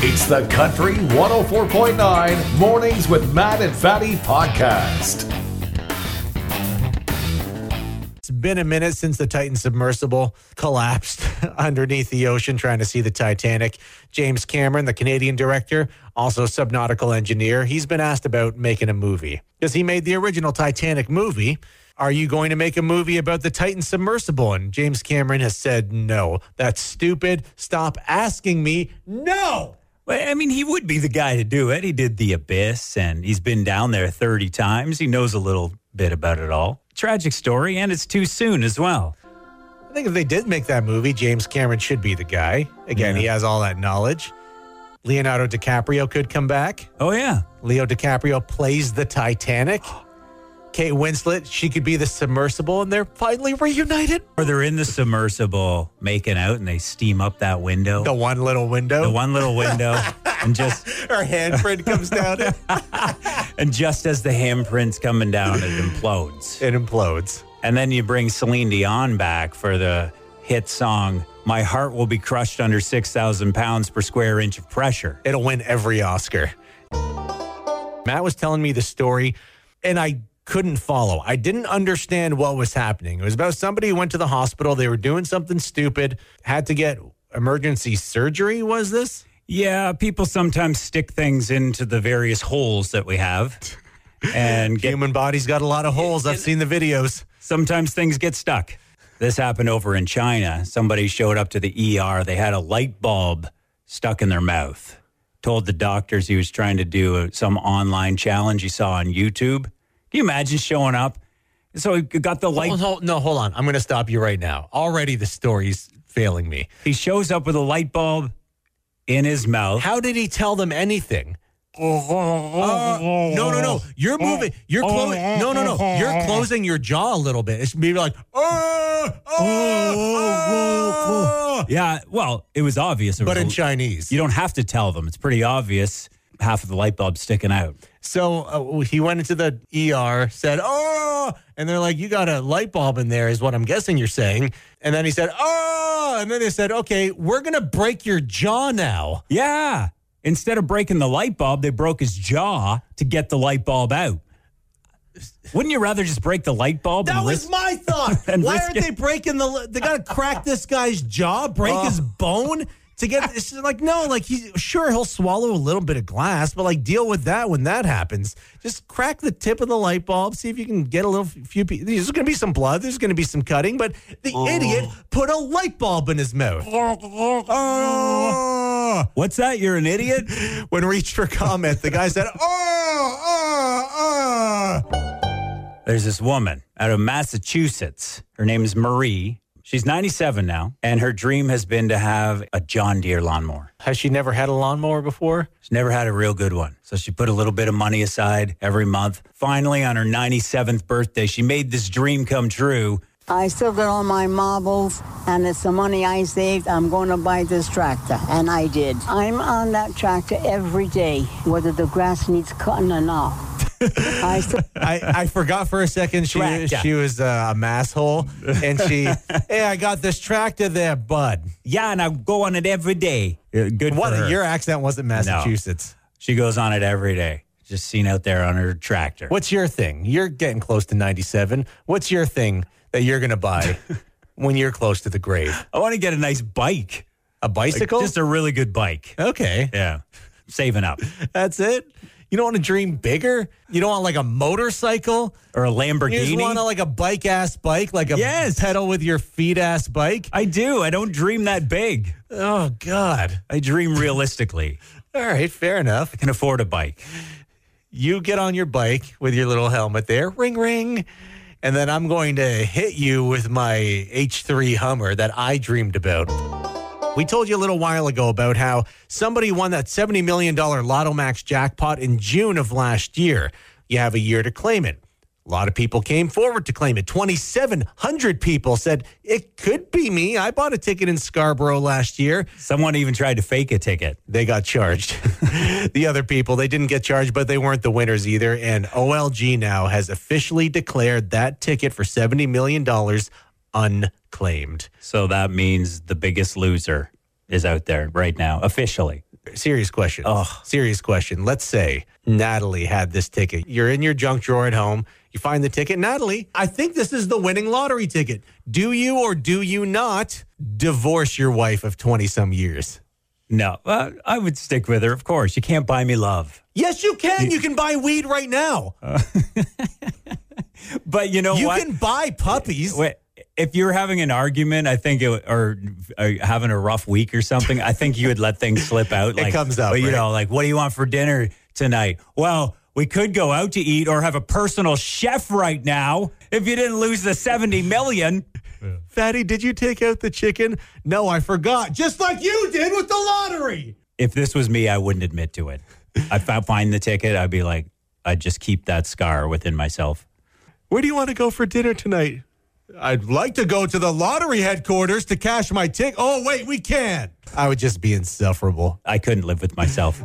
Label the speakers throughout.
Speaker 1: It's the Country 104.9 Mornings with Matt and Fatty podcast.
Speaker 2: It's been a minute since the Titan submersible collapsed underneath the ocean trying to see the Titanic. James Cameron, the Canadian director, also subnautical engineer, he's been asked about making a movie because he made the original Titanic movie. Are you going to make a movie about the Titan submersible? And James Cameron has said, no, that's stupid. Stop asking me. No.
Speaker 3: Well, I mean, he would be the guy to do it. He did The Abyss and he's been down there 30 times. He knows a little bit about it all. Tragic story, and it's too soon as well.
Speaker 2: I think if they did make that movie, James Cameron should be the guy. Again, he has all that knowledge. Leonardo DiCaprio could come back.
Speaker 3: Oh, yeah.
Speaker 2: Leo DiCaprio plays the Titanic. Kate Winslet, she could be the submersible, and they're finally reunited.
Speaker 3: Or they're in the submersible making out and they steam up that window,
Speaker 2: The
Speaker 3: the,
Speaker 2: one little window.
Speaker 3: one little window. and just
Speaker 2: Her handprint comes down and
Speaker 3: and just as the handprint's coming down, it implodes.
Speaker 2: it implodes.
Speaker 3: And then you bring Celine Dion back for the hit song, My Heart Will Be Crushed Under 6,000 Pounds Per Square Inch of Pressure.
Speaker 2: It'll win every Oscar. Matt was telling me the story, and I couldn't follow. I didn't understand what was happening. It was about somebody who went to the hospital. They were doing something stupid, had to get emergency surgery, was this?
Speaker 3: Yeah, people sometimes stick things into the various holes that we have. And get,
Speaker 2: Human body's got a lot of holes. I've seen the videos.
Speaker 3: sometimes things get stuck. This happened over in China. Somebody showed up to the ER. They had a light bulb stuck in their mouth. Told the doctors he was trying to do a, some online challenge he saw on YouTube. Can you imagine showing up? So he got the light
Speaker 2: Hold- hold- Oh, no, hold on. I'm going to stop you right now. Already the story's failing me.
Speaker 3: He shows up with a light bulb in his mouth.
Speaker 2: How did he tell them anything? Uh, no, no, no. You're moving. You're closing. No, no, no. You're closing your jaw a little bit. It's maybe like, oh,
Speaker 3: yeah, well, it was obvious. It
Speaker 2: uh. but
Speaker 3: was
Speaker 2: in
Speaker 3: a-
Speaker 2: Chinese.
Speaker 3: you don't have to tell them. It's pretty obvious. Half of the light bulb sticking out.
Speaker 2: So uh, he went into the ER, said, oh, and they're like, you got a light bulb in there, is what I'm guessing you're saying. And then he said, oh, and then they said, okay, we're going to break your jaw now.
Speaker 3: Yeah. Instead of breaking the light bulb, they broke his jaw to get the light bulb out. Wouldn't you rather just break the light bulb?
Speaker 2: That
Speaker 3: and
Speaker 2: was
Speaker 3: risk-
Speaker 2: my thought.
Speaker 3: and
Speaker 2: Why
Speaker 3: risk
Speaker 2: aren't
Speaker 3: it.
Speaker 2: they breaking the? They gotta crack this guy's jaw, break his bone to get. It's just like no, like he sure he'll swallow a little bit of glass, but like deal with that when that happens. Just crack the tip of the light bulb, see if you can get a little few. pe- There's gonna be some blood. There's gonna be some cutting, but the idiot put a light bulb in his mouth. Oh.
Speaker 3: What's that? You're an idiot.
Speaker 2: When reached for comment, the guy said, "Oh, oh, oh."
Speaker 3: There's this woman out of Massachusetts. Her name is Marie. She's 97 now, and her dream has been to have a John Deere lawnmower.
Speaker 2: Has she never had a lawnmower before?
Speaker 3: She's never had a real good one. So she put a little bit of money aside every month. Finally, on her 97th birthday, she made this dream come true.
Speaker 4: I still got all my marbles, and it's the money I saved. I'm going to buy this tractor, and I did. I'm on that tractor every day, whether the grass needs cutting or not. I still
Speaker 2: I, I forgot for a second she
Speaker 3: Tractor.
Speaker 2: she was uh, a masshole and she hey I got this tractor there bud
Speaker 3: Yeah, and I go on it every day. Yeah, Good for her.
Speaker 2: what your accent wasn't Massachusetts
Speaker 3: She goes on it every day. Just seen out there on her tractor.
Speaker 2: what's your thing you're getting close to 97 what's your thing that you're gonna buy when you're close to the grave
Speaker 3: I want to get a nice bike.
Speaker 2: a bicycle
Speaker 3: Just a really good bike.
Speaker 2: okay
Speaker 3: Yeah. Saving up.
Speaker 2: that's it you don't want to dream bigger you don't want like a motorcycle
Speaker 3: Or a
Speaker 2: you just
Speaker 3: Lamborghini.
Speaker 2: want like a bike ass bike like a
Speaker 3: Yes.
Speaker 2: pedal with your feet ass bike
Speaker 3: I do. I don't dream that big.
Speaker 2: oh god
Speaker 3: I dream realistically.
Speaker 2: all right fair enough.
Speaker 3: Can afford a bike.
Speaker 2: you get on your bike with your little helmet there, ring ring, and then I'm going to hit you with my H3 Hummer that I dreamed about. We told you a little while ago about how somebody won that $70 million Lotto Max jackpot in June of last year. You have a year to claim it. A lot of people came forward to claim it. 2,700 people said, It could be me. I bought a ticket in Scarborough last year
Speaker 3: Someone even tried to fake a ticket.
Speaker 2: they got charged. the other people, they didn't get charged, but they weren't the winners either. And OLG now has officially declared that ticket for $70 million unclaimed.
Speaker 3: So that means the biggest loser is out there right now, officially.
Speaker 2: serious question.
Speaker 3: Ugh.
Speaker 2: Serious question. Let's say Natalie had this ticket. You're in your junk drawer at home. You find the ticket. Natalie, I think this is the winning lottery ticket. Do you or do you not divorce your wife of 20 some years?
Speaker 3: No, uh, I would stick with her. Of course, you can't buy me love.
Speaker 2: Yes, you can. You can buy weed right now.
Speaker 3: But you know
Speaker 2: you
Speaker 3: Oh, what?
Speaker 2: can buy puppies.
Speaker 3: Wait, if you're having an argument, I think, it, or uh, having a rough week or something, I think you would let things slip out. Like,
Speaker 2: comes up,
Speaker 3: well, you
Speaker 2: right?
Speaker 3: know, like, what do you want for dinner tonight? Well, we could go out to eat or have a personal chef right now. If you didn't lose the seventy million,
Speaker 2: Fatty, did you take out the chicken? No, I forgot. Just like you did with the lottery.
Speaker 3: if this was me, I wouldn't admit to it. I found find the ticket. I'd be like, I'd just keep that scar within myself.
Speaker 2: Where do you want to go for dinner tonight? I'd like to go to the lottery headquarters to cash my ticket. Oh, wait, we can. I would just be insufferable.
Speaker 3: I couldn't live with myself.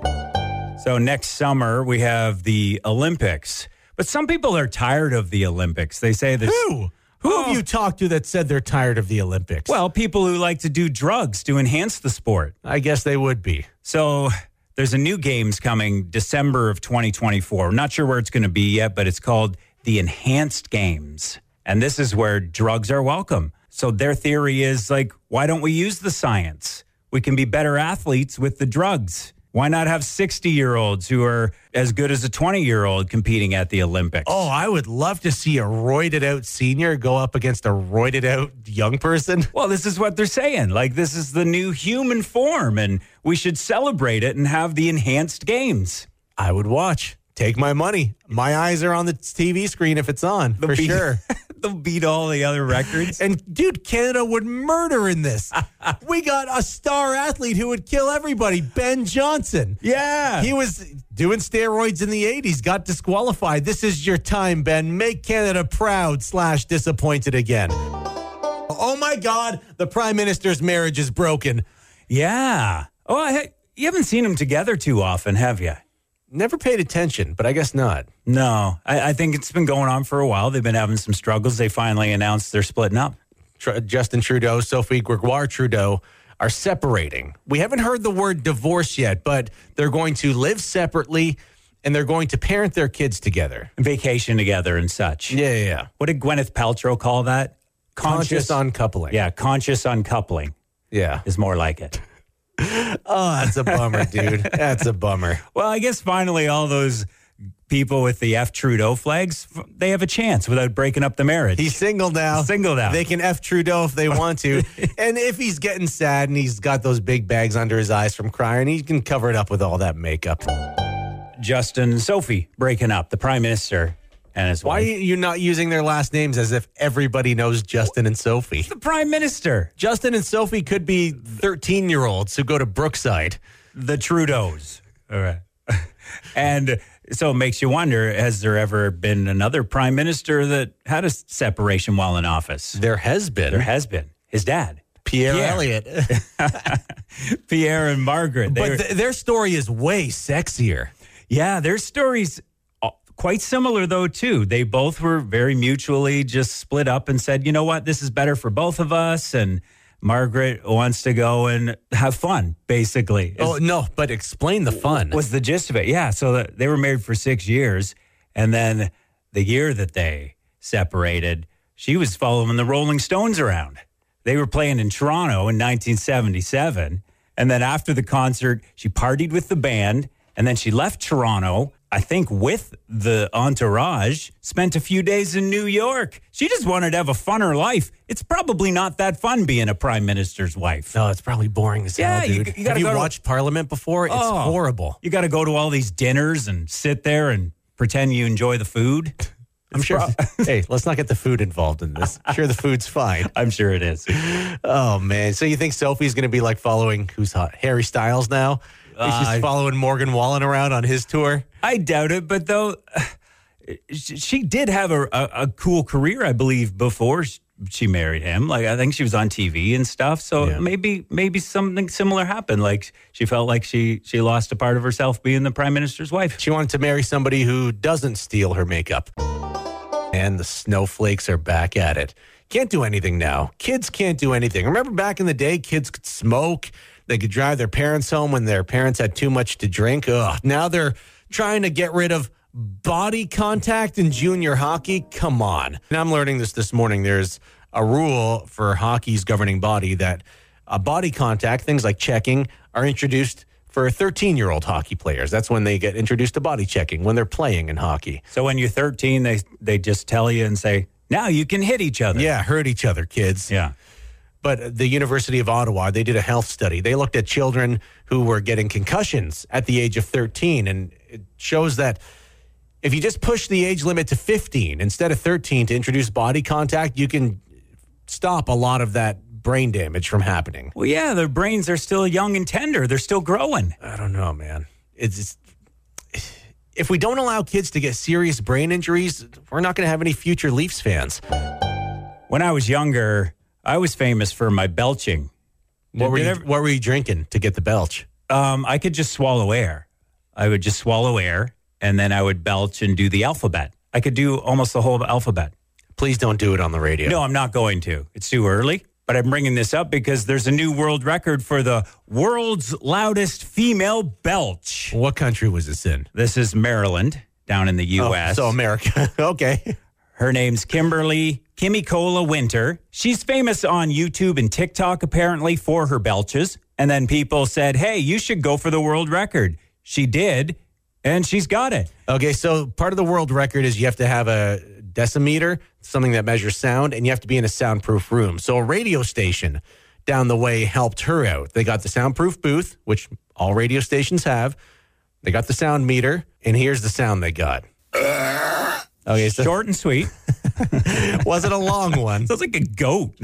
Speaker 3: So next summer we have the Olympics. But some people are tired of the Olympics. They say this
Speaker 2: Who? Who have you talked to that said they're tired of the Olympics?
Speaker 3: well, people who like to do drugs to enhance the sport.
Speaker 2: I guess they would be.
Speaker 3: So there's a new games coming December of 2024. I'm not sure where it's going to be yet, but it's called the Enhanced Games. And this is where drugs are welcome. So their theory is like, why don't we use the science? We can be better athletes with the drugs. Why not have 60 year olds who are as good as a 20 year old competing at the Olympics?
Speaker 2: Oh, I would love to see a roided out senior go up against a roided out young person.
Speaker 3: Well, this is what they're saying. Like, this is the new human form, and we should celebrate it and have the enhanced games.
Speaker 2: I would watch. Take my money. My eyes are on the TV screen if it's on, for
Speaker 3: beat-
Speaker 2: sure.
Speaker 3: They'll beat all the other records.
Speaker 2: And dude, Canada would murder in this. we got a star athlete who would kill everybody, Ben Johnson.
Speaker 3: Yeah.
Speaker 2: He was doing steroids in the 80s, got disqualified. This is your time, Ben. Make Canada proud slash disappointed again. Oh my God, the Prime Minister's marriage is broken.
Speaker 3: yeah. Oh, I, you haven't seen them together too often, have you?
Speaker 2: Never paid attention, but I guess not.
Speaker 3: No. I, I think it's been going on for a while. They've been having some struggles. They finally announced they're splitting up.
Speaker 2: Tr- Justin Trudeau, Sophie Gregoire Trudeau are separating. We haven't heard the word divorce yet, but they're going to live separately and they're going to parent their kids together.
Speaker 3: Vacation together and such.
Speaker 2: Yeah, yeah, yeah.
Speaker 3: What did Gwyneth Paltrow call that?
Speaker 2: Conscious, uncoupling.
Speaker 3: Yeah, conscious uncoupling
Speaker 2: Yeah.
Speaker 3: is more like it.
Speaker 2: Oh, that's a bummer, dude. That's a bummer.
Speaker 3: Well, I guess finally all those people with the F Trudeau flags, f- they have a chance without breaking up the marriage.
Speaker 2: He's single now.
Speaker 3: Single now.
Speaker 2: They can F Trudeau if they want to. and if he's getting sad and he's got those big bags under his eyes from crying, he can cover it up with all that makeup.
Speaker 3: Justin and Sophie breaking up, the prime minister and his
Speaker 2: Why are
Speaker 3: wife.
Speaker 2: you not using their last names as if everybody knows Justin and Sophie?
Speaker 3: the prime minister,
Speaker 2: Justin and Sophie could be 13 year olds who go to Brookside.
Speaker 3: the Trudeaus. All right. and so it makes you wonder has there ever been another prime minister that had a s- separation while in office?
Speaker 2: There has
Speaker 3: There
Speaker 2: been
Speaker 3: has been. His dad,
Speaker 2: Pierre,
Speaker 3: Pierre.
Speaker 2: Elliott.
Speaker 3: Pierre and Margaret. They were-
Speaker 2: but th- their story is way sexier.
Speaker 3: Yeah, their stories uh, quite similar though too. They both were very mutually just split up and said, "You know what? This is better for both of us." And Margaret wants to go and have fun, basically. is-
Speaker 2: Oh, no, but explain the fun.
Speaker 3: was the gist of it. Yeah, so the, they were married for 6 years and then the year that they separated, she was following the Rolling Stones around. They were playing in Toronto in 1977, and then after the concert, she partied with the band and then she left Toronto, I think with the entourage, spent a few days in New York. She just wanted to have a funner life. It's probably not that fun being a prime minister's wife.
Speaker 2: No, Oh, it's probably boring as
Speaker 3: Yeah,
Speaker 2: hell,
Speaker 3: you-
Speaker 2: dude.
Speaker 3: you
Speaker 2: Have
Speaker 3: gotta
Speaker 2: you
Speaker 3: go to-
Speaker 2: watched Parliament before? It's
Speaker 3: Oh.
Speaker 2: horrible.
Speaker 3: You got to go to all these dinners and sit there and pretend you enjoy the food.
Speaker 2: I'm sure. hey, let's not get the food involved in this. I'm sure the food's fine.
Speaker 3: I'm sure it is.
Speaker 2: Oh man, so you think Sophie's going to be like following who's hot? Harry Styles now. Think
Speaker 3: Uh,
Speaker 2: she's following Morgan Wallen around on his tour.
Speaker 3: I doubt it, but though she she did have a, a, a cool career, I believe, before sh- she married him. Like I think she was on TV and stuff. So
Speaker 2: Yeah.
Speaker 3: maybe maybe something similar happened. Like she felt like she she lost a part of herself being the prime minister's wife.
Speaker 2: She wanted to marry somebody who doesn't steal her makeup. And the snowflakes are back at it. Can't do anything now. Kids can't do anything. Remember back in the day, kids could smoke. They could drive their parents home when their parents had too much to drink. Ugh. Now they're trying to get rid of body contact in junior hockey. Come on. And I'm learning this this morning. There's a rule for hockey's governing body that uh, body contact, things like checking, are introduced for 13 year old hockey players. That's when they get introduced to body checking, when they're playing in hockey.
Speaker 3: So when you're 13, they they just tell you and say, now you can hit each other.
Speaker 2: Yeah, hurt each other, kids.
Speaker 3: Yeah.
Speaker 2: But the University of Ottawa, they did a health study. They looked at children who were getting concussions at the age of 13, and it shows that if you just push the age limit to 15 instead of 13 to introduce body contact, you can stop a lot of that brain damage from happening.
Speaker 3: Well, yeah, their brains are still young and tender. They're still growing.
Speaker 2: I don't know, man. It's just, if we don't allow kids to get serious brain injuries, we're not going to have any future Leafs fans.
Speaker 3: When I was younger, I was famous for my belching.
Speaker 2: What were,
Speaker 3: did
Speaker 2: you,
Speaker 3: ev-
Speaker 2: what were you drinking to get the belch?
Speaker 3: Um, I could just swallow air. I would just swallow air and then I would belch and do the alphabet. I could do almost the whole alphabet.
Speaker 2: Please don't do it on the radio.
Speaker 3: No, I'm not going to. It's too early. But I'm bringing this up because there's a new world record for the world's loudest female belch.
Speaker 2: What country was this in?
Speaker 3: This is Maryland down in the
Speaker 2: Oh,
Speaker 3: U.S.
Speaker 2: so America. okay.
Speaker 3: Her name's Kimberly Kimmy Cola Winter. She's famous on YouTube and TikTok apparently for her belches. And then people said, hey, you should go for the world record. She did, and she's got it.
Speaker 2: Okay, so part of the world record is you have to have a decimeter, something that measures sound, and you have to be in a soundproof room. So a radio station down the way helped her out. They got the soundproof booth, which all radio stations have. They got the sound meter, and here's the sound they got. Okay, so
Speaker 3: Short and sweet.
Speaker 2: it wasn't a long one.
Speaker 3: Sounds like a goat.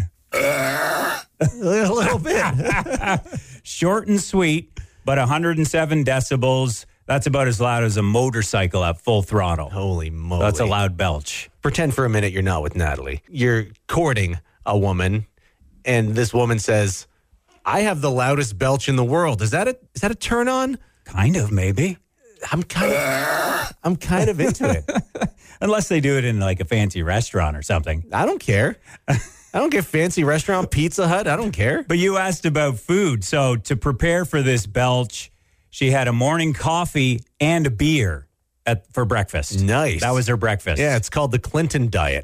Speaker 2: a little bit.
Speaker 3: Short and sweet, but 107 decibels. That's about as loud as a motorcycle at full throttle.
Speaker 2: Holy moly.
Speaker 3: That's a loud belch.
Speaker 2: pretend for a minute you're not with Natalie. You're courting a woman, and this woman says, "I have the loudest belch in the world." Is that a is that a turn on?
Speaker 3: Kind of, maybe.
Speaker 2: I'm kind of I'm kind of into it.
Speaker 3: Unless they do it in like a fancy restaurant or something.
Speaker 2: I don't care. I don't care fancy restaurant, Pizza Hut. I don't care.
Speaker 3: But you asked about food. So to prepare for this belch, she had a morning coffee and a beer at, for breakfast.
Speaker 2: Nice.
Speaker 3: That was her breakfast.
Speaker 2: Yeah, it's called the Clinton diet.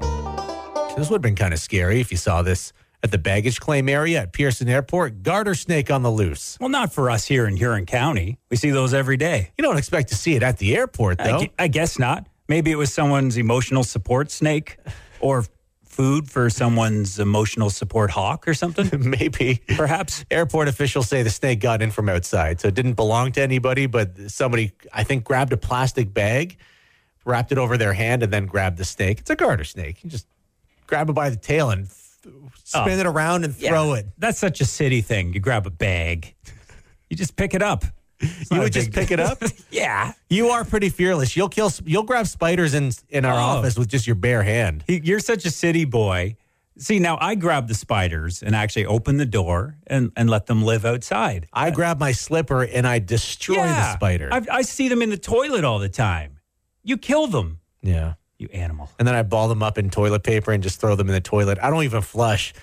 Speaker 2: This would have been kind of scary if you saw this at the baggage claim area at Pearson Airport. Garter snake on the loose.
Speaker 3: Well, not for us here in Huron County. We see those every day.
Speaker 2: You don't expect to see it at the airport,
Speaker 3: I
Speaker 2: though.
Speaker 3: gu- I guess not. Maybe it was someone's emotional support snake or food for someone's emotional support hawk or something,
Speaker 2: Maybe.
Speaker 3: perhaps.
Speaker 2: Airport officials say the snake got in from outside, so it didn't belong to anybody, but somebody, I think, grabbed a plastic bag, wrapped it over their hand, and then grabbed the snake. It's a garter snake. You just grab it by the tail and th- spin it around and throw it.
Speaker 3: That's such a city thing. You grab a bag, you just pick it up. It's
Speaker 2: You
Speaker 3: not a
Speaker 2: would just
Speaker 3: big-
Speaker 2: pick it up?
Speaker 3: yeah.
Speaker 2: You are pretty fearless. You'll kill. You'll grab spiders in in our
Speaker 3: Oh.
Speaker 2: office with just your bare hand.
Speaker 3: He- You're such a city boy. See, now I grab the spiders and actually open the door and, and let them live outside.
Speaker 2: I grab my slipper and I destroy the spider.
Speaker 3: I, I see them in the toilet all the time. You kill them,
Speaker 2: yeah.
Speaker 3: you animal.
Speaker 2: and then I ball them up in toilet paper and just throw them in the toilet. I don't even flush.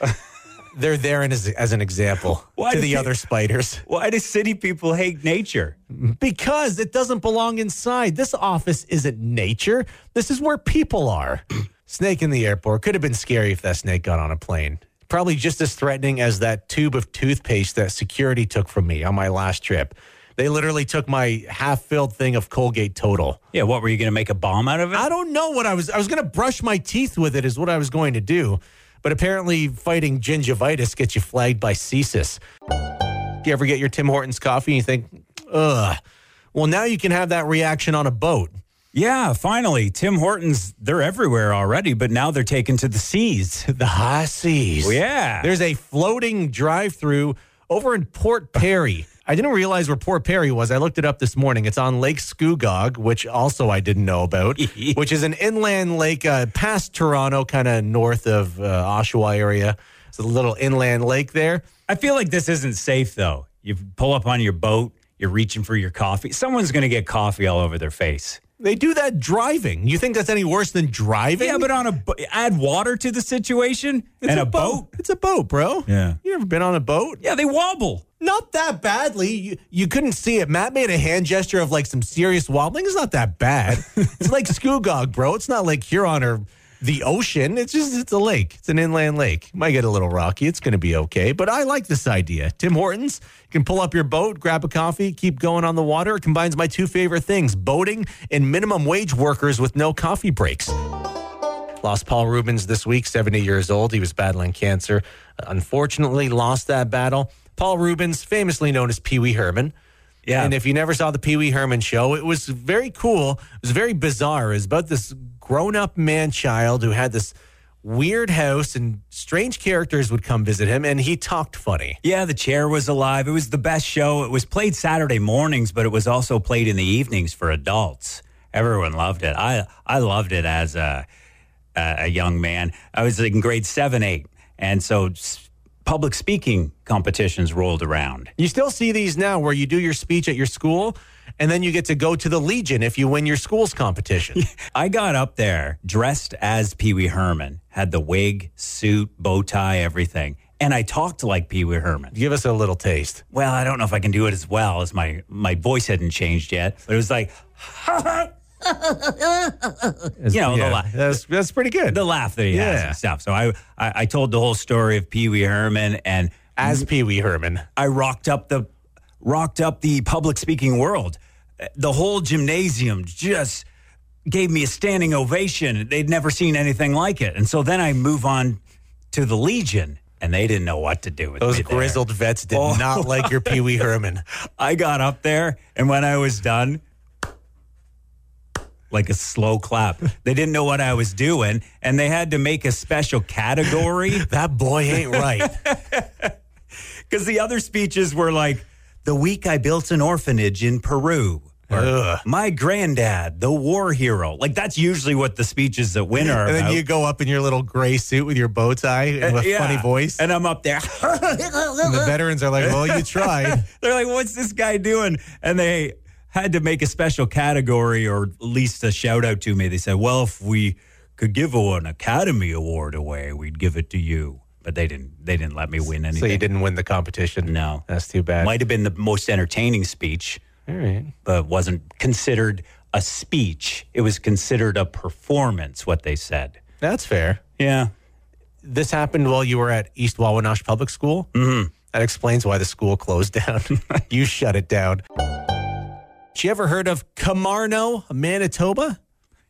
Speaker 2: They're there in as, as an example
Speaker 3: Why
Speaker 2: to
Speaker 3: do
Speaker 2: the
Speaker 3: you-
Speaker 2: other spiders
Speaker 3: Why do city people hate nature?
Speaker 2: because it doesn't belong inside. This office isn't nature. This is where people are. snake in the airport could have been scary if that snake got on a plane. Probably just as threatening as that tube of toothpaste that security took from me on my last trip. They literally took my half-filled thing of Colgate Total.
Speaker 3: Yeah, what were you going to make a bomb out of it?
Speaker 2: I don't know what I was. I was going to brush my teeth with it, is what I was going to do. But apparently, fighting gingivitis gets you flagged by CSIS. Do you ever get your Tim Hortons coffee and you think, ugh? Well, now you can have that reaction on a boat.
Speaker 3: Yeah, finally, Tim Hortons, they're everywhere already, but now they're taken to the seas.
Speaker 2: The high seas.
Speaker 3: Oh, Yeah.
Speaker 2: There's a floating drive through over in Port Perry. I didn't realize where Port Perry was. I looked it up this morning. It's on Lake Scugog, which also I didn't know about, which is an inland lake uh, past Toronto, kind of north of uh, Oshawa area. It's a little inland lake there.
Speaker 3: I feel like this isn't safe, though. You pull up on your boat, you're reaching for your coffee. Someone's going to get coffee all over their face.
Speaker 2: They do that driving. You think that's any worse than driving?
Speaker 3: Yeah, but on a bo- add water to the situation
Speaker 2: it's
Speaker 3: and
Speaker 2: a,
Speaker 3: a,
Speaker 2: boat. It's a boat, bro.
Speaker 3: Yeah.
Speaker 2: You ever been on a boat?
Speaker 3: Yeah, they wobble.
Speaker 2: Not that badly. You, you couldn't see it. Matt made a hand gesture of like some serious wobbling. It's not that bad. it's like Scugog, bro. It's not like Huron or the ocean. It's just it's a lake. It's an inland lake. Might get a little rocky. It's going to be okay. But I like this idea. Tim Hortons. You can pull up your boat, grab a coffee, keep going on the water. It combines my two favorite things: boating and minimum wage workers with no coffee breaks. Lost Paul Rubens this week, 70 years old. He was battling cancer. Unfortunately, lost that battle. Paul Rubens, famously known as Pee Wee Herman.
Speaker 3: Yeah.
Speaker 2: And if you never saw the Pee Wee Herman show, it was very cool. It was very bizarre. It was about this grown up man child who had this weird house and strange characters would come visit him and he talked funny.
Speaker 3: Yeah, the chair was alive. It was the best show. It was played Saturday mornings, but it was also played in the evenings for adults. Everyone loved it. I I loved it as a a a young man. I was in grade seven, eight, and so s- public speaking competitions rolled around.
Speaker 2: You still see these now where you do your speech at your school and then you get to go to the Legion if you win your school's competition.
Speaker 3: I got up there dressed as Pee Wee Herman, had the wig, suit, bow tie, everything, and I talked like Pee Wee Herman.
Speaker 2: Give us a little taste.
Speaker 3: well, I don't know if I can do it as well as my my voice hadn't changed yet, but it was like, you know, the, la-
Speaker 2: that's that's pretty good.
Speaker 3: Oh, the laugh that he has
Speaker 2: Yeah.
Speaker 3: and stuff. So I, I I told the whole story of Pee Wee Herman, and
Speaker 2: As Pee Wee Herman,
Speaker 3: I rocked up the rocked up the public speaking world. Uh, The whole gymnasium just gave me a standing ovation. They'd never seen anything like it, and so then I move on to the Legion, and they didn't know what to do with
Speaker 2: those
Speaker 3: me there.
Speaker 2: grizzled vets did
Speaker 3: Oh.
Speaker 2: not like your Pee Wee Herman.
Speaker 3: I got up there, and when I was done, like a slow clap. They didn't know what I was doing, and they had to make a special category
Speaker 2: That boy ain't right.
Speaker 3: because the other speeches were like, "The week I built an orphanage in Peru." Or,
Speaker 2: Ugh.
Speaker 3: my granddad, the war hero. Like that's usually what the speeches that win are
Speaker 2: and
Speaker 3: about.
Speaker 2: then you go up in your little gray suit with your bow tie and with a
Speaker 3: Yeah.
Speaker 2: funny voice. Uh, And
Speaker 3: and I'm up there.
Speaker 2: the veterans are like, "Well, you tried."
Speaker 3: They're like, what's this guy doing? And they had to make a special category or at least a shout out to me. They said, well, if we could give an Academy Award away, we'd give it to you. But they didn't. They didn't let me win anything.
Speaker 2: so you didn't win the competition.
Speaker 3: No.
Speaker 2: that's too bad.
Speaker 3: Might have been the most entertaining speech,
Speaker 2: All right.
Speaker 3: but wasn't considered a speech. It was considered a performance. What they said.
Speaker 2: That's fair.
Speaker 3: Yeah.
Speaker 2: This happened while you were at East Wawanosh Public School. Mm-hmm. That explains why the school closed down. you shut it down. You ever heard of Camarno, Manitoba?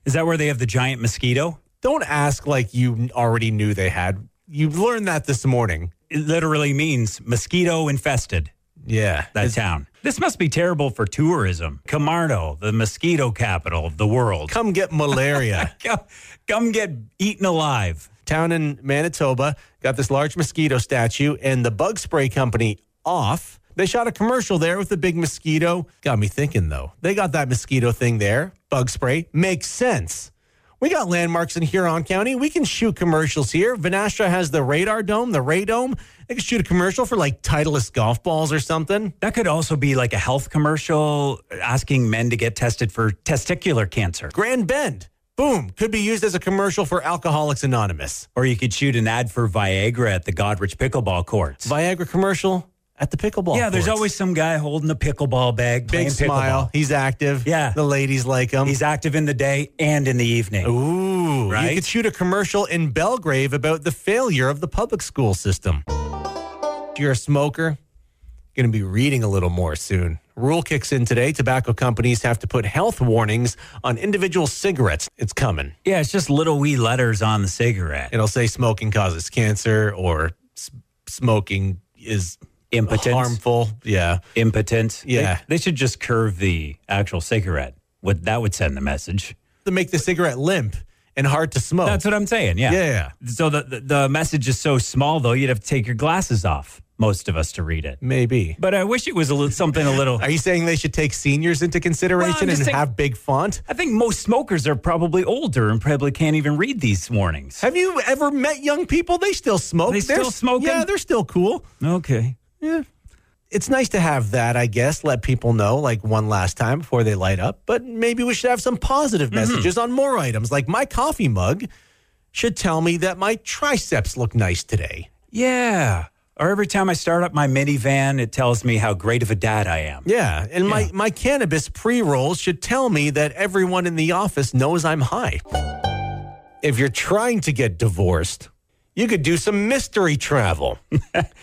Speaker 3: Is that where they have the giant mosquito?
Speaker 2: Don't ask like you already knew they had. You learned that this morning.
Speaker 3: It literally means mosquito infested.
Speaker 2: Yeah.
Speaker 3: that town. This must be terrible for tourism. Camardo, the mosquito capital of the world.
Speaker 2: Come get malaria.
Speaker 3: Come, come get eaten alive.
Speaker 2: town in Manitoba got this large mosquito statue, and the bug spray company Off they shot a commercial there with a big mosquito. Got me thinking though. They got that mosquito thing there. Bug spray makes sense. We got landmarks in Huron County. We can shoot commercials here. Vanastra has the radar dome, the Ray Dome. They can shoot a commercial for like Titleist golf balls or something.
Speaker 3: That could also be like a health commercial asking men to get tested for testicular cancer.
Speaker 2: Grand Bend, boom, could be used as a commercial for Alcoholics Anonymous.
Speaker 3: Or you could shoot an ad for Viagra at the Godrich pickleball courts.
Speaker 2: Viagra commercial at the pickleball.
Speaker 3: yeah, there's
Speaker 2: courts.
Speaker 3: always some guy holding a pickleball bag,
Speaker 2: big
Speaker 3: playing
Speaker 2: smile.
Speaker 3: pickleball.
Speaker 2: He's active.
Speaker 3: Yeah.
Speaker 2: the ladies like him.
Speaker 3: He's active in the day and in the evening.
Speaker 2: Ooh, you
Speaker 3: Right?
Speaker 2: could shoot a commercial in Belgrave about the failure of the public school system. If you're a smoker, going to be reading a little more soon. Rule kicks in today. Tobacco companies have to put health warnings on individual cigarettes. It's coming.
Speaker 3: Yeah, it's just little wee letters on the cigarette.
Speaker 2: It'll say smoking causes cancer or s- smoking is
Speaker 3: Impotence.
Speaker 2: harmful. Yeah.
Speaker 3: impotent.
Speaker 2: Yeah.
Speaker 3: They, they should just curve the actual cigarette. Would that would send the message.
Speaker 2: To make the cigarette limp and hard to smoke.
Speaker 3: That's what I'm saying. Yeah.
Speaker 2: Yeah.
Speaker 3: So the, the the message is so small though, you'd have to take your glasses off, most of us to read it.
Speaker 2: Maybe.
Speaker 3: But I wish it was a little, something a little
Speaker 2: Are you saying they should take seniors into consideration
Speaker 3: just
Speaker 2: and
Speaker 3: saying-
Speaker 2: have big font?
Speaker 3: I think most smokers are probably older and probably can't even read these warnings.
Speaker 2: Have you ever met young people? They still smoke.
Speaker 3: They
Speaker 2: They're
Speaker 3: still
Speaker 2: s-
Speaker 3: smoking?
Speaker 2: Yeah, they're still cool.
Speaker 3: Okay.
Speaker 2: Yeah. it's nice to have that, I guess, let people know like one last time before they light up. But maybe we should have some positive
Speaker 3: Mm-hmm.
Speaker 2: messages on more items. Like my coffee mug should tell me that my triceps look nice today.
Speaker 3: Yeah. Or every time I start up my minivan, it tells me how great of a dad I am.
Speaker 2: Yeah. And my, my cannabis pre rolls should tell me that everyone in the office knows I'm high. If you're trying to get divorced, you could do some mystery travel.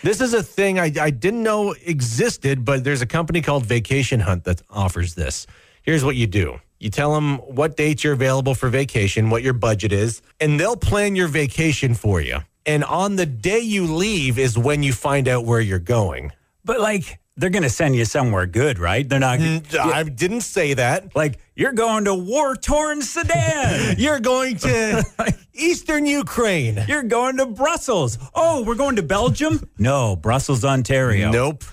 Speaker 2: this is a thing I, I didn't know existed, but there's a company called Vacation Hunt that offers this. Here's what you do you tell them what dates you're available for vacation, what your budget is, and they'll plan your vacation for you. And on the day you leave is when you find out where you're going.
Speaker 3: But like, they're going to send you somewhere good, right? They're not
Speaker 2: I didn't say that.
Speaker 3: like, you're going to war torn Sudan.
Speaker 2: You're going to Eastern Ukraine.
Speaker 3: you're going to Brussels. Oh, we're going to Belgium? No, Brussels, Ontario.
Speaker 2: Nope.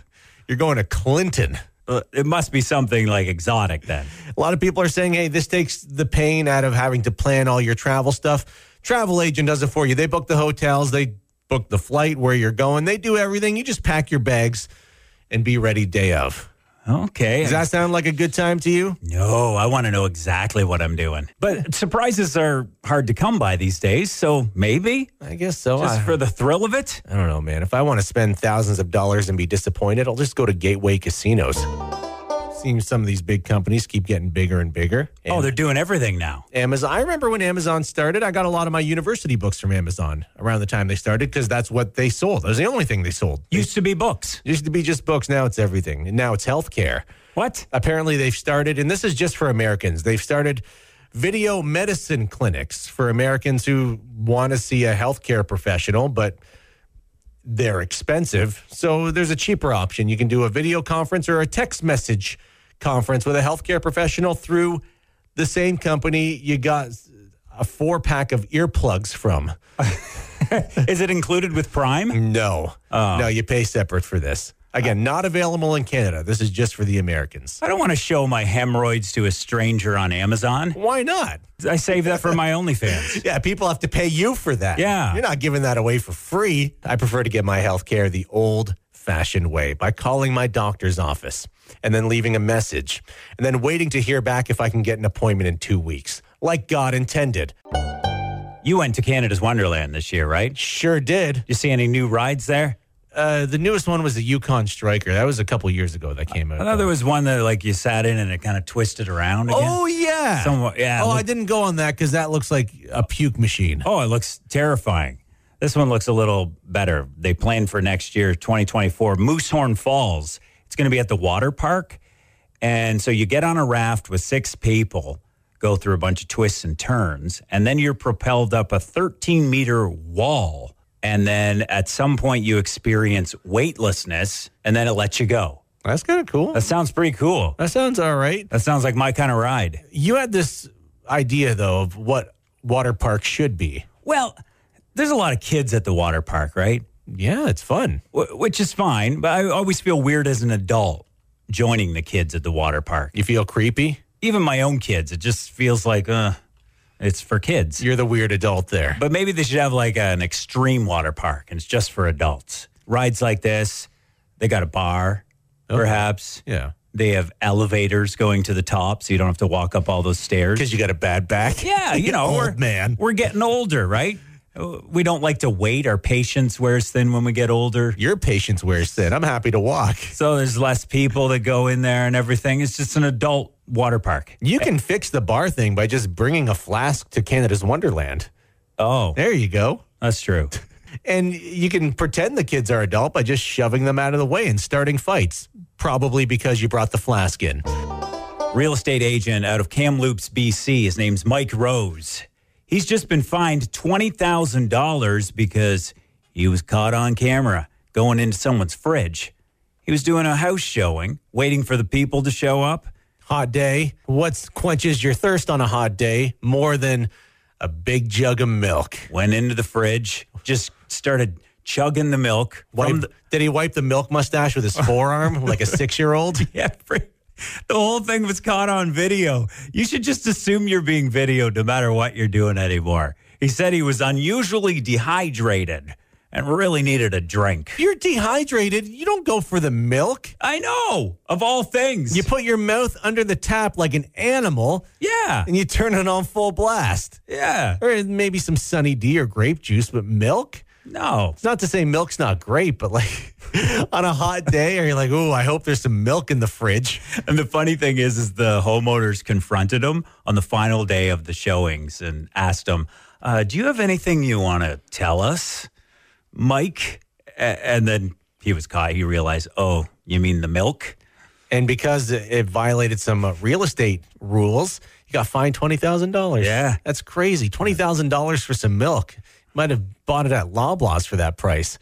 Speaker 2: You're going to Clinton.
Speaker 3: Uh, It must be something like exotic then.
Speaker 2: A lot of people are saying, hey, this takes the pain out of having to plan all your travel stuff. Travel agent does it for you. They book the hotels, they book the flight, where you're going, they do everything. You just pack your bags and be ready day of.
Speaker 3: Okay.
Speaker 2: Does that sound like a good time to you?
Speaker 3: No, I want to know exactly what I'm doing. But surprises are hard to come by these days, so maybe
Speaker 2: I guess so.
Speaker 3: just
Speaker 2: I,
Speaker 3: for the thrill of it.
Speaker 2: I don't know, man. If I want to spend thousands of dollars and be disappointed, I'll just go to Gateway Casinos. Seems some of these big companies keep getting bigger and bigger. And
Speaker 3: Oh, they're doing everything now.
Speaker 2: Amazon. I remember when Amazon started, I got a lot of my university books from Amazon around the time they started because that's what they sold. That was the only thing they sold. It
Speaker 3: Used to be books.
Speaker 2: used to be just books, now it's everything. And now it's healthcare.
Speaker 3: What?
Speaker 2: Apparently, they've started, and this is just for Americans, they've started video medicine clinics for Americans who want to see a healthcare professional, but they're expensive. So there's a cheaper option. You can do a video conference or a text message conference with a healthcare professional through the same company you got a four pack of earplugs from.
Speaker 3: Is it included with Prime?
Speaker 2: No, no, you pay separate for this. Again, not available in Canada. This is just for the Americans.
Speaker 3: I don't want to show my hemorrhoids to a stranger on Amazon.
Speaker 2: Why not?
Speaker 3: I save that for my OnlyFans.
Speaker 2: Yeah, people have to pay you for that.
Speaker 3: Yeah.
Speaker 2: You're not giving that away for free. I prefer to get my health care the old fashioned way by calling my doctor's office and then leaving a message and then waiting to hear back if I can get an appointment in two weeks, like God intended.
Speaker 3: You went to Canada's Wonderland this year, right?
Speaker 2: Sure did.
Speaker 3: You see any new rides there?
Speaker 2: Uh, the newest one was the Yukon Striker. That was a couple years ago that came out.
Speaker 3: I thought there was one that like you sat in and it kind of twisted around again.
Speaker 2: oh, yeah.
Speaker 3: Somewhat- yeah, it
Speaker 2: Oh, I
Speaker 3: looked-
Speaker 2: didn't go on that because that looks like a puke machine.
Speaker 3: Oh, it looks terrifying. This one looks a little better. They plan for next year, 2024, Moosehorn Falls. It's going to be at the water park. And so you get on a raft with six people, go through a bunch of twists and turns, and then you're propelled up a 13 meter wall. And then at some point, you experience weightlessness, and then it lets you go.
Speaker 2: That's kind of cool.
Speaker 3: That sounds pretty cool.
Speaker 2: that sounds all right.
Speaker 3: That sounds like my kind of ride.
Speaker 2: You had this idea though of what water parks should be.
Speaker 3: Well, there's a lot of kids at the water park, right?
Speaker 2: Yeah, it's fun.
Speaker 3: Wh- which is fine. But I always feel weird as an adult joining the kids at the water park.
Speaker 2: You feel creepy?
Speaker 3: Even my own kids, it just feels like, uh, it's for kids.
Speaker 2: You're the weird adult there.
Speaker 3: But maybe they should have like an extreme water park and it's just for adults. Rides like this, they got a bar, perhaps.
Speaker 2: Yeah.
Speaker 3: They have elevators going to the top so you don't have to walk up all those stairs.
Speaker 2: Because you got a bad back.
Speaker 3: Yeah, you know, we're,
Speaker 2: old man.
Speaker 3: we're getting older, right? Uh, We don't like to wait. Our patience wears thin when we get older.
Speaker 2: Your patience wears thin. I'm happy to walk.
Speaker 3: So there's less people that go in there and everything. It's just an adult water park.
Speaker 2: You can fix the bar thing by just bringing a flask to Canada's Wonderland.
Speaker 3: Oh,
Speaker 2: There you go.
Speaker 3: that's true.
Speaker 2: And you can pretend the kids are adult by just shoving them out of the way and starting fights. Probably because you brought the flask in.
Speaker 3: Real estate agent out of Kamloops, BC. His name's Mike Rose. He's just been fined $20,000 because he was caught on camera going into someone's fridge. He was doing a house showing, waiting for the people to show up.
Speaker 2: Hot day. What quenches your thirst on a hot day more than a big jug of milk?
Speaker 3: Went into the fridge, just started chugging the milk.
Speaker 2: Wipe-
Speaker 3: from the-
Speaker 2: did he wipe the milk mustache with his forearm like a six year old?
Speaker 3: Yeah, pretty- the whole thing was caught on video. You should just assume you're being videoed no matter what you're doing anymore. He said he was unusually dehydrated and really needed a drink.
Speaker 2: You're dehydrated. You don't go for the milk.
Speaker 3: I know, of all things.
Speaker 2: You put your mouth under the tap like an animal
Speaker 3: yeah.
Speaker 2: and you turn it on full blast.
Speaker 3: Yeah.
Speaker 2: Or maybe some Sunny D or grape juice, but milk?
Speaker 3: No.
Speaker 2: It's not to say milk's not great, but like on a hot day, are you like, oh, I hope there's some milk in the fridge?
Speaker 3: And the funny thing is, is the homeowners confronted him on the final day of the showings and asked him, uh, "Do you have anything you want to tell us, Mike?" A- and then he was caught. He realized, "Oh, you mean the milk?"
Speaker 2: And because it- it violated some uh, real estate rules, you got fined twenty thousand dollars.
Speaker 3: Yeah.
Speaker 2: that's crazy. Twenty thousand dollars for some milk. Might have bought it at Loblaws for that price.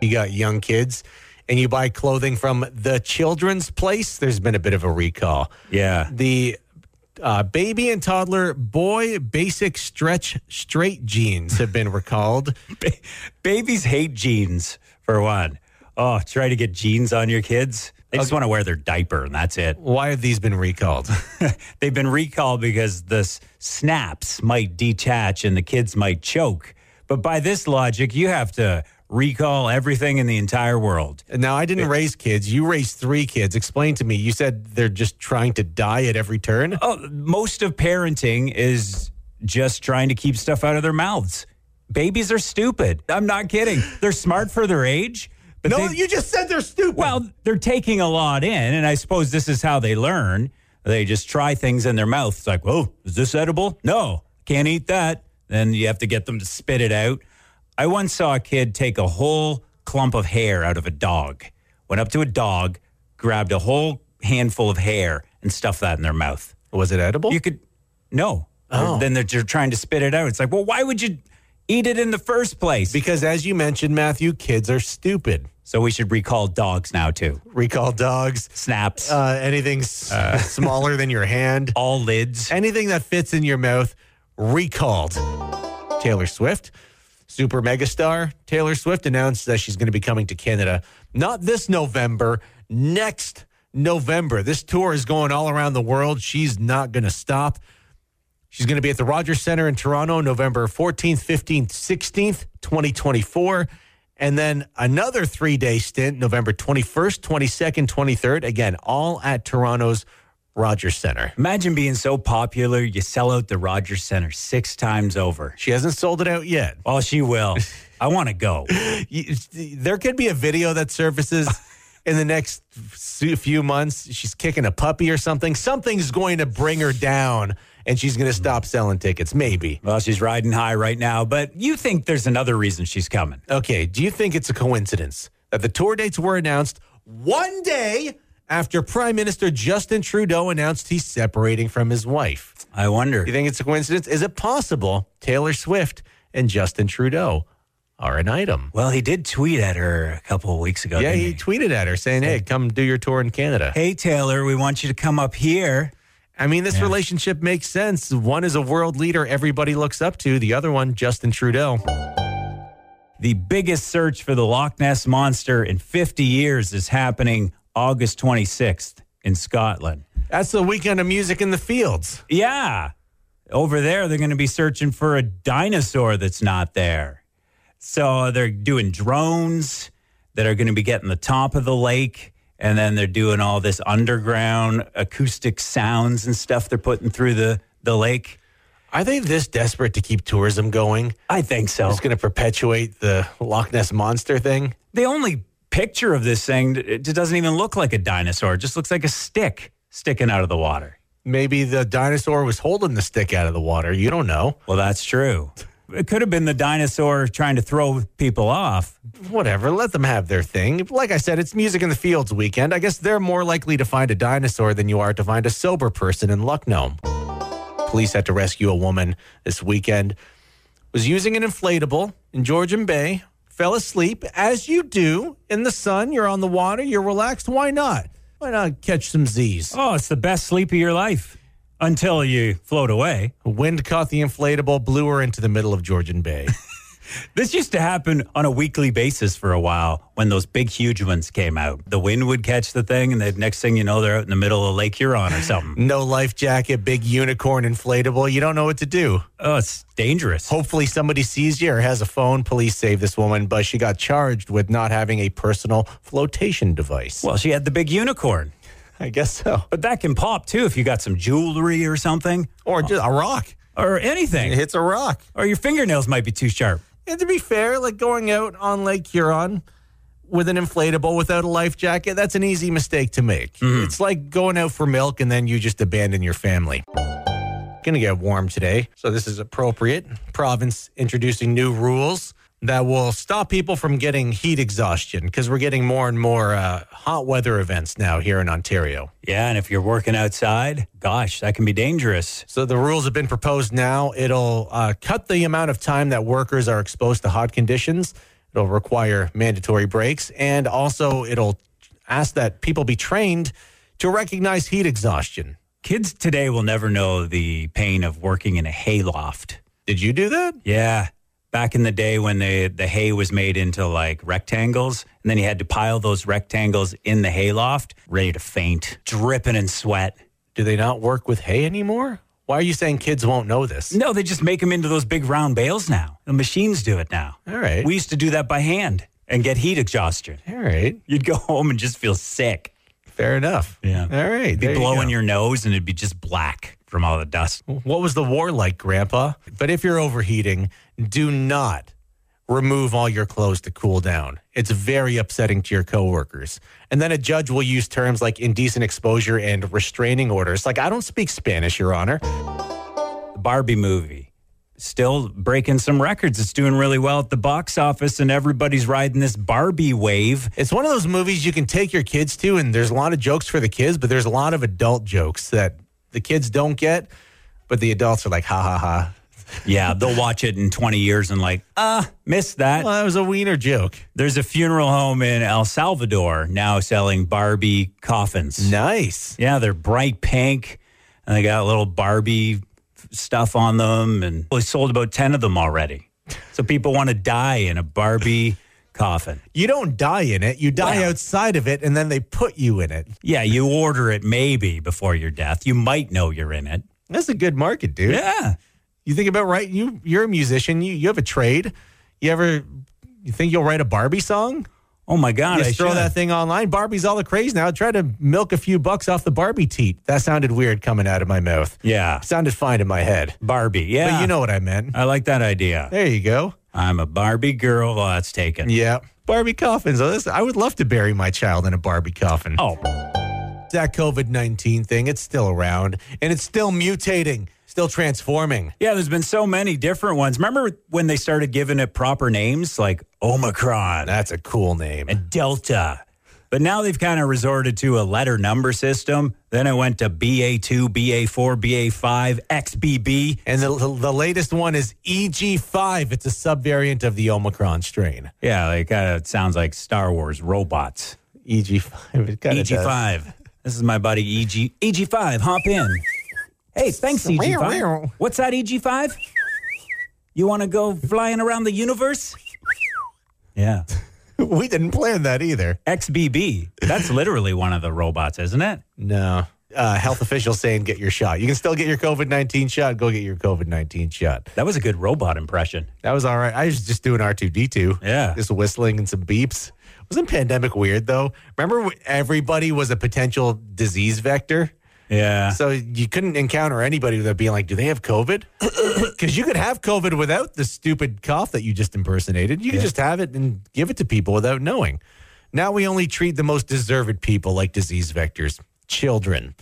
Speaker 2: You got young kids, and you buy clothing from the Children's Place. There's been a bit of a recall.
Speaker 3: Yeah.
Speaker 2: The uh, baby and toddler boy basic stretch straight jeans have been recalled.
Speaker 3: Babies hate jeans for one. Oh, try to get jeans on your kids. They just want to wear their diaper, and that's it.
Speaker 2: Why have these been recalled?
Speaker 3: They've been recalled because the s- snaps might detach and the kids might choke. But by this logic, you have to recall everything in the entire world.
Speaker 2: Now, I didn't raise kids. You raised three kids. Explain to me. You said they're just trying to die at every turn.
Speaker 3: Oh, most of parenting is just trying to keep stuff out of their mouths. Babies are stupid. I'm not kidding. They're smart for their age, but
Speaker 2: no,
Speaker 3: Oh, they,
Speaker 2: you just said they're stupid.
Speaker 3: well, they're taking a lot in, and I suppose this is how they learn. They just try things in their mouth. It's like, oh, is this edible? No, can't eat that. Then you have to get them to spit it out. I once saw a kid take a whole clump of hair out of a dog. Went up to a dog, grabbed a whole handful of hair, and stuffed that in their mouth.
Speaker 2: was it edible?
Speaker 3: You could, no.
Speaker 2: Oh.
Speaker 3: Then they're, they're trying to spit it out. It's like, well, why would you eat it in the first place?
Speaker 2: because as you mentioned, Matthew, kids are stupid.
Speaker 3: so we should recall dogs now too.
Speaker 2: Recall dogs,
Speaker 3: Snaps,
Speaker 2: uh, anything s- smaller than your hand,
Speaker 3: all lids.
Speaker 2: anything that fits in your mouth, recalled. Taylor Swift, super megastar Taylor Swift announced that she's going to be coming to Canada not this November, next November. This tour is going all around the world. She's not going to stop. She's going to be at the Rogers Center in Toronto November 14th, 15th, 16th, 2024. And then another three day stint, November 21st, 22nd, 23rd. Again, all at Toronto's Rogers Center.
Speaker 3: Imagine being so popular, you sell out the Rogers Center six times over.
Speaker 2: She hasn't sold it out yet.
Speaker 3: Oh, she will. I want to go.
Speaker 2: You- There could be a video that surfaces in the next su- few months. She's kicking a puppy or something. Something's going to bring her down and she's going to stop selling tickets, maybe.
Speaker 3: Well, she's riding high right now, but you think there's another reason she's coming.
Speaker 2: Okay, do you think it's a coincidence that the tour dates were announced one day after Prime Minister Justin Trudeau announced he's separating from his wife?
Speaker 3: I wonder.
Speaker 2: You think it's a coincidence? Is it possible Taylor Swift and Justin Trudeau are an item?
Speaker 3: Well, he did tweet at her a couple of weeks ago.
Speaker 2: Yeah,
Speaker 3: didn't
Speaker 2: he
Speaker 3: he?
Speaker 2: tweeted at her saying, "Hey, come do your tour in Canada."
Speaker 3: Hey, Taylor, we want you to come up here.
Speaker 2: I mean, this relationship makes sense. One is a world leader everybody looks up to, the other one, Justin Trudeau.
Speaker 3: The biggest search for the Loch Ness monster in 50 years is happening August 26th in Scotland.
Speaker 2: That's the weekend of music in the fields.
Speaker 3: Yeah. Over there, they're going to be searching for a dinosaur that's not there. So they're doing drones that are going to be getting the top of the lake. And then they're doing all this underground acoustic sounds and stuff they're putting through the, the lake.
Speaker 2: Are they this desperate to keep tourism going?
Speaker 3: I think so.
Speaker 2: It's going to perpetuate the Loch Ness monster thing.
Speaker 3: The only picture of this thing, it just doesn't even look like a dinosaur. It just looks like a stick sticking out of the water.
Speaker 2: Maybe the dinosaur was holding the stick out of the water. You don't know.
Speaker 3: Well, that's true. It could have been the dinosaur trying to throw people off.
Speaker 2: Whatever. Let them have their thing. Like I said, it's music in the fields weekend. I guess they're more likely to find a dinosaur than you are to find a sober person in Lucknow. Police had to rescue a woman this weekend. Was using an inflatable in Georgian Bay, fell asleep, as you do in the sun. You're on the water, you're relaxed. Why not? Why not catch some Z's?
Speaker 3: Oh, it's the best sleep of your life until you float away.
Speaker 2: Wind caught the inflatable, blew her into the middle of Georgian Bay.
Speaker 3: This used to happen on a weekly basis for a while when those big, huge ones came out. The wind would catch the thing, and the next thing you know, they're out in the middle of Lake Huron or something.
Speaker 2: No life jacket, big unicorn inflatable. You don't know what to do.
Speaker 3: oh, it's dangerous.
Speaker 2: Hopefully, somebody sees you or has a phone. Police save this woman, but she got charged with not having a personal flotation device.
Speaker 3: Well, she had the big unicorn,
Speaker 2: I guess so.
Speaker 3: but that can pop too if you got some jewelry or something
Speaker 2: Or just a rock.
Speaker 3: or
Speaker 2: It
Speaker 3: anything,
Speaker 2: hits a rock.
Speaker 3: or your fingernails might be too sharp.
Speaker 2: And to be fair, like going out on Lake Huron with an inflatable without a life jacket, that's an easy mistake to make. It's like going out for milk and then you just abandon your family. Gonna get warm today, so this is appropriate. Province introducing new rules that will stop people from getting heat exhaustion because we're getting more and more uh, hot weather events now here in Ontario.
Speaker 3: Yeah, and if you're working outside, gosh, that can be dangerous.
Speaker 2: So the rules have been proposed now. It'll uh, cut the amount of time that workers are exposed to hot conditions. It'll require mandatory breaks. And also, it'll ask that people be trained to recognize heat exhaustion.
Speaker 3: Kids today will never know the pain of working in a hayloft.
Speaker 2: Did you do that?
Speaker 3: Yeah. Back in the day when the, the hay was made into like rectangles, and then you had to pile those rectangles in the hayloft, ready to faint, dripping in sweat.
Speaker 2: Do they not work with hay anymore? Why are you saying kids won't know this?
Speaker 3: No, they just make them into those big round bales now. The machines do it now.
Speaker 2: All right.
Speaker 3: We used to do that by hand and get heat exhaustion.
Speaker 2: All right.
Speaker 3: You'd go home and just feel sick.
Speaker 2: Fair enough.
Speaker 3: Yeah.
Speaker 2: All right.
Speaker 3: Be
Speaker 2: there you
Speaker 3: blowing
Speaker 2: go.
Speaker 3: your nose and it'd be just black from all the dust.
Speaker 2: What was the war like, Grandpa? But if you're overheating, do not remove all your clothes to cool down. It's very upsetting to your coworkers. And then a judge will use terms like indecent exposure and restraining orders. Like, I don't speak Spanish, Your Honor.
Speaker 3: The Barbie movie. Still breaking some records. It's doing really well at the box office, and everybody's riding this Barbie wave.
Speaker 2: It's one of those movies you can take your kids to, and there's a lot of jokes for the kids, but there's a lot of adult jokes that the kids don't get, but the adults are like, ha ha ha.
Speaker 3: Yeah, they'll watch it in 20 years and like, ah, missed that.
Speaker 2: Well, that was a wiener joke.
Speaker 3: There's a funeral home in El Salvador now selling Barbie coffins.
Speaker 2: Nice.
Speaker 3: Yeah, they're bright pink and they got little Barbie f- stuff on them. And we sold about 10 of them already. So people want to die in a Barbie coffin.
Speaker 2: You don't die in it, you die
Speaker 3: Wow.
Speaker 2: outside of it, and then they put you in it.
Speaker 3: Yeah, you order it maybe before your death. You might know you're in it.
Speaker 2: That's a good market, dude.
Speaker 3: Yeah.
Speaker 2: You think about right? You you're a musician. You you have a trade. You ever you think you'll write a Barbie song?
Speaker 3: Oh my God. I
Speaker 2: Just throw
Speaker 3: should.
Speaker 2: that thing online. Barbie's all the craze now. Try to milk a few bucks off the Barbie teat. That sounded weird coming out of my mouth.
Speaker 3: Yeah.
Speaker 2: Sounded fine in my head,
Speaker 3: Barbie. Yeah.
Speaker 2: but you know what I meant.
Speaker 3: I like that idea.
Speaker 2: There you go.
Speaker 3: I'm a Barbie girl. Well, that's taken.
Speaker 2: Yeah, Barbie coffins. Oh, this- I would love to bury my child in a Barbie coffin.
Speaker 3: Oh,
Speaker 2: That COVID nineteen thing, it's still around and it's still mutating, still transforming.
Speaker 3: yeah. There's been so many different ones. Remember when they started giving it proper names like Omicron
Speaker 2: That's a cool name.
Speaker 3: and Delta? But now they've kind of resorted to a letter number system. Then it went to BA2, BA4, BA5, XBB.
Speaker 2: And the, the latest one is EG5. It's a subvariant of the Omicron strain.
Speaker 3: Yeah, like kind of sounds like Star Wars robots.
Speaker 2: EG5. E It kinda does.
Speaker 3: EG5. This is my buddy E EG. EG5, hop in. Hey, thanks, EG5. What's that, EG5? You want to go flying around the universe? Yeah.
Speaker 2: We didn't plan that either.
Speaker 3: XBB. That's literally one of the robots, isn't it?
Speaker 2: No. Uh, health officials saying get your shot. You can still get your COVID 19 shot. Go get your COVID 19 shot.
Speaker 3: That was a good robot impression.
Speaker 2: That was all right. I was just doing R2D2.
Speaker 3: Yeah.
Speaker 2: Just whistling and some beeps. Wasn't pandemic weird though? Remember, when everybody was a potential disease vector?
Speaker 3: Yeah.
Speaker 2: So you couldn't encounter anybody without being like, "Do they have COVID?" Because you could have COVID without the stupid cough that you just impersonated. You could just have it and give it to people without knowing. Now we only treat the most deserved people like disease vectors, children.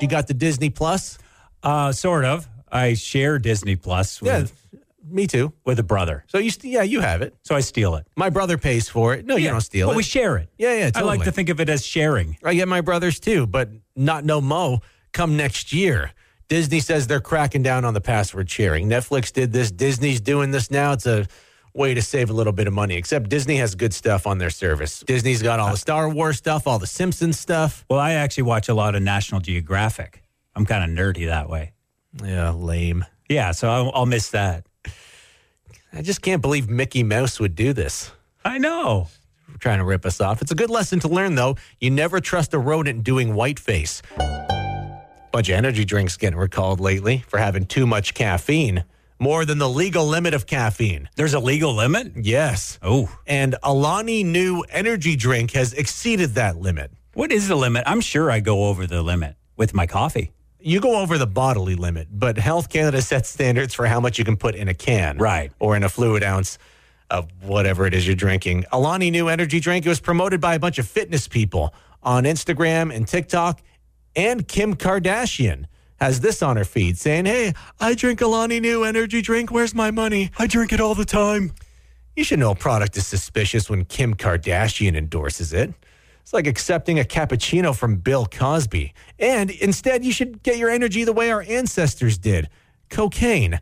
Speaker 2: You got the Disney Plus?
Speaker 3: Uh, sort of. I share Disney Plus
Speaker 2: Yeah,
Speaker 3: with,
Speaker 2: me too.
Speaker 3: with a brother.
Speaker 2: So you, st- yeah, you have it.
Speaker 3: So I steal it.
Speaker 2: My brother pays for it. No, you don't steal
Speaker 3: But
Speaker 2: it.
Speaker 3: we share it.
Speaker 2: yeah, yeah,
Speaker 3: I like
Speaker 2: totally.
Speaker 3: to think of it as sharing.
Speaker 2: I get my brothers too, but not no mo come next year. Disney says they're cracking down on the password sharing. Netflix did this, Disney's doing this now. It's a way to save a little bit of money, except Disney has good stuff on their service. Disney's got all the Star Wars stuff, all the Simpsons stuff.
Speaker 3: Well, I actually watch a lot of National Geographic. I'm kind of nerdy that way.
Speaker 2: Yeah, lame.
Speaker 3: Yeah, so I'll, I'll miss that.
Speaker 2: I just can't believe Mickey Mouse would do this.
Speaker 3: I know.
Speaker 2: Trying to rip us off. It's a good lesson to learn, though. You never trust a rodent doing whiteface. Bunch of energy drinks getting recalled lately for having too much caffeine, more than the legal limit of caffeine.
Speaker 3: There's a legal limit?
Speaker 2: Yes.
Speaker 3: Oh.
Speaker 2: And Alani New Energy Drink has exceeded that limit.
Speaker 3: What is the limit? I'm sure I go over the limit with my coffee.
Speaker 2: you go over the bodily limit, but Health Canada sets standards for how much you can put in a can,
Speaker 3: Right.
Speaker 2: or in a fluid ounce of whatever it is you're drinking. Alani New Energy Drink it was promoted by a bunch of fitness people on Instagram and TikTok, and Kim Kardashian has this on her feed saying, "Hey, I drink Alani New Energy Drink. Where's my money? I drink it all the time." You should know a product is suspicious when Kim Kardashian endorses it. It's like accepting a cappuccino from Bill Cosby. And instead, you should get your energy the way our ancestors did cocaine.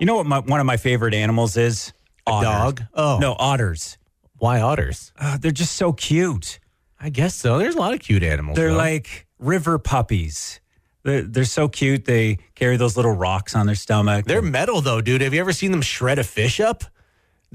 Speaker 3: You know what my, one of my favorite animals is? Otter.
Speaker 2: dog? Oh.
Speaker 3: No, otters.
Speaker 2: Why otters?
Speaker 3: Uh, they're just so cute.
Speaker 2: I guess so. There's a lot of cute animals.
Speaker 3: They're
Speaker 2: though.
Speaker 3: like river puppies. They're, they're so cute. They carry those little rocks on their stomach.
Speaker 2: they're metal, though, dude. Have you ever seen them shred a fish up?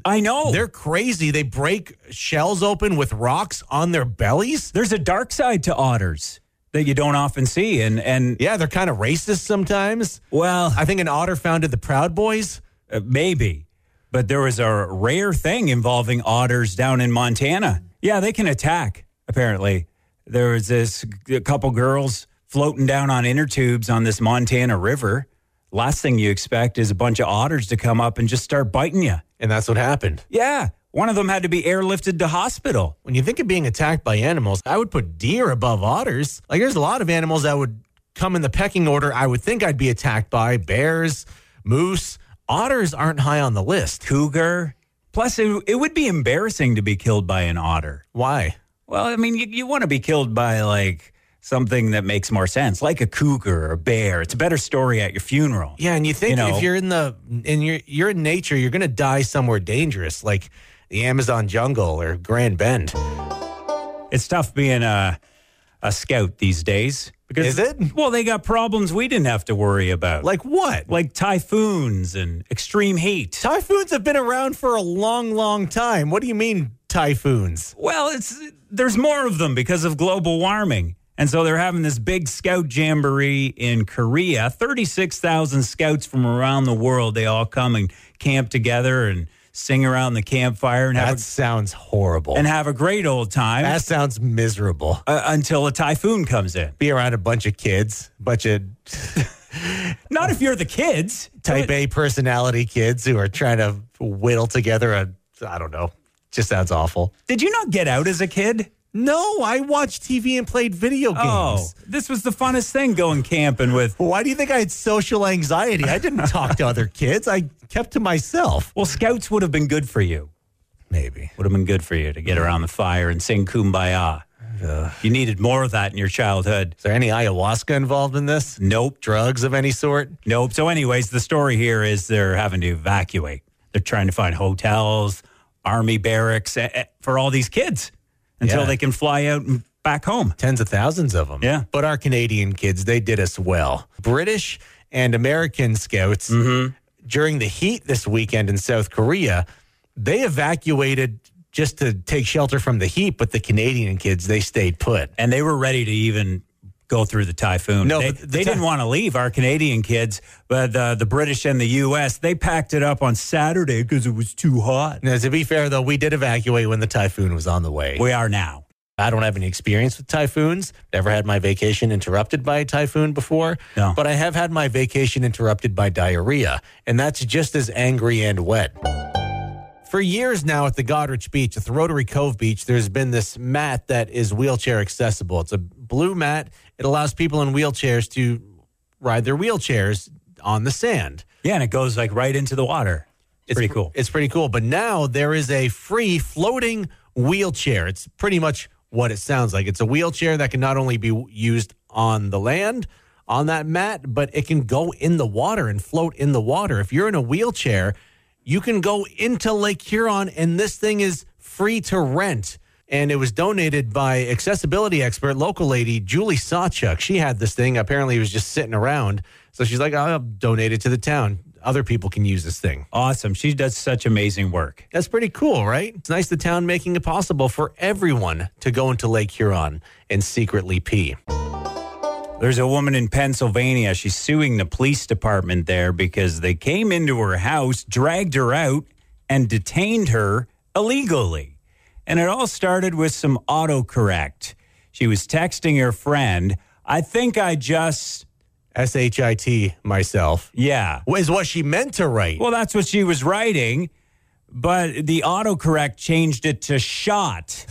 Speaker 3: I know.
Speaker 2: They're crazy. They break shells open with rocks on their bellies.
Speaker 3: There's a dark side to otters that you don't often see. And, and
Speaker 2: Yeah, they're kind of racist sometimes.
Speaker 3: well,
Speaker 2: I think an otter founded the Proud Boys.
Speaker 3: Uh, maybe. But there was a rare thing involving otters down in Montana. Yeah, they can attack, apparently. There was this g- a couple girls floating down on inner tubes on this Montana river. Last thing you expect is a bunch of otters to come up and just start biting you.
Speaker 2: And that's what happened.
Speaker 3: Yeah, one of them had to be airlifted to hospital.
Speaker 2: When you think of being attacked by animals, I would put deer above otters. Like there's a lot of animals that would come in the pecking order I would think I'd be attacked by bears, moose. Otters aren't high on the list.
Speaker 3: Cougar. Plus, it, it would be embarrassing to be killed by an otter.
Speaker 2: Why?
Speaker 3: Well, I mean, you, you want to be killed by like something that makes more sense, like a cougar or a bear. It's a better story at your funeral.
Speaker 2: Yeah, and you think
Speaker 3: You know.
Speaker 2: if you're in the and you're you're in nature, you're gonna die somewhere dangerous, like the Amazon jungle or Grand Bend.
Speaker 3: It's tough being a a scout these days because
Speaker 2: Is it?
Speaker 3: Well, they got problems we didn't have to worry about,
Speaker 2: Like what?
Speaker 3: like typhoons and extreme heat.
Speaker 2: Typhoons have been around for a long, long time. What do you mean typhoons?
Speaker 3: Well, it's there's more of them because of global warming. And so they're having this big scout jamboree in Korea. 36,000 scouts from around the world, they all come and camp together and sing around the campfire and have,
Speaker 2: That
Speaker 3: a,
Speaker 2: sounds horrible.
Speaker 3: and have a great old time
Speaker 2: that sounds miserable.
Speaker 3: uh, until a typhoon comes in.
Speaker 2: be around a bunch of kids, bunch of
Speaker 3: Not if you're the kids.
Speaker 2: type A personality kids who are trying to whittle together a, I don't know, just sounds awful.
Speaker 3: Did you not get out as a kid?
Speaker 2: No, I watched TV and played video games.
Speaker 3: Oh, this was the funnest thing going camping with.
Speaker 2: Why do you think I had social anxiety? I didn't talk to other kids. I kept to myself.
Speaker 3: Well, scouts would have been good for you.
Speaker 2: Maybe.
Speaker 3: Would have been good for you to get around the fire and sing kumbaya. You needed more of that in your childhood.
Speaker 2: Is there any ayahuasca involved in this?
Speaker 3: Nope.
Speaker 2: Drugs of any sort?
Speaker 3: Nope. So, anyways, the story here is they're having to evacuate. They're trying to find hotels, army barracks eh, eh, for all these kids until
Speaker 2: Yeah.
Speaker 3: they can fly out and back home.
Speaker 2: tens of thousands of them.
Speaker 3: Yeah.
Speaker 2: But our Canadian kids, they did us well. British and American scouts during the heat this weekend in South Korea, they evacuated just to take shelter from the heat, but the Canadian kids, they stayed put.
Speaker 3: And they were ready to even go through the typhoon.
Speaker 2: No,
Speaker 3: they,
Speaker 2: but the
Speaker 3: they
Speaker 2: ty-
Speaker 3: didn't want to leave our Canadian kids, but uh, the British and the U.S. they packed it up on Saturday because it was too hot.
Speaker 2: Now, to be fair, though, we did evacuate when the typhoon was on the way.
Speaker 3: We are now.
Speaker 2: I don't have any experience with typhoons. Never had my vacation interrupted by a typhoon before.
Speaker 3: No.
Speaker 2: But I have had my vacation interrupted by diarrhea, and that's just as angry and wet. For years now at the Godrich Beach, at the Rotary Cove Beach, there's been this mat that is wheelchair accessible. It's a blue mat. It allows people in wheelchairs to ride their wheelchairs on the sand.
Speaker 3: Yeah, and it goes like right into the water. It's pretty cool.
Speaker 2: It's pretty cool. But now there is a free floating wheelchair. It's pretty much what it sounds like. It's a wheelchair that can not only be used on the land, on that mat, but it can go in the water and float in the water. If you're in a wheelchair, you can go into Lake Huron, and this thing is free to rent. And it was donated by accessibility expert, local lady Julie Sawchuk. She had this thing. Apparently, it was just sitting around. So she's like, I'll donate it to the town. other people can use this thing.
Speaker 3: Awesome. She does such amazing work.
Speaker 2: That's pretty cool, right? It's nice the town making it possible for everyone to go into Lake Huron and secretly pee.
Speaker 3: There's a woman in Pennsylvania. She's suing the police department there because they came into her house, dragged her out, and detained her illegally. And it all started with some autocorrect. She was texting her friend, I think I just,
Speaker 2: S H I T myself
Speaker 3: yeah.
Speaker 2: is what she meant to write.
Speaker 3: Well, that's what she was writing, but the autocorrect changed it to shot.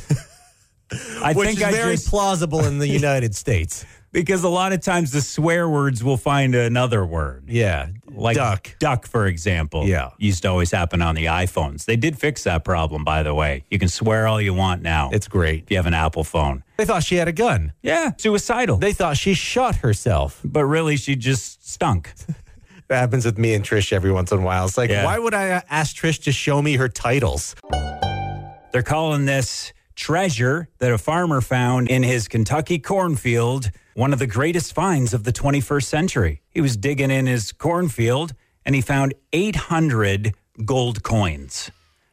Speaker 3: I
Speaker 2: which
Speaker 3: think
Speaker 2: is
Speaker 3: I
Speaker 2: very
Speaker 3: just
Speaker 2: plausible in the United States.
Speaker 3: because a lot of times the swear words will find another word.
Speaker 2: Yeah,
Speaker 3: Like
Speaker 2: duck.
Speaker 3: for example.
Speaker 2: Yeah.
Speaker 3: Used to always happen on the iPhones. They did fix that problem, by the way. You can swear all you want now
Speaker 2: It's great.
Speaker 3: if you have an Apple phone.
Speaker 2: They thought she had a gun.
Speaker 3: Yeah. Suicidal.
Speaker 2: They thought she shot herself.
Speaker 3: but really, she just stunk.
Speaker 2: That happens with me and Trish every once in a while. It's like,
Speaker 3: Yeah.
Speaker 2: why would I uh, ask Trish to show me her titles?
Speaker 3: They're calling this treasure that a farmer found in his Kentucky cornfield one of the greatest finds of the 21st century. He was digging in his cornfield and he found 800 gold coins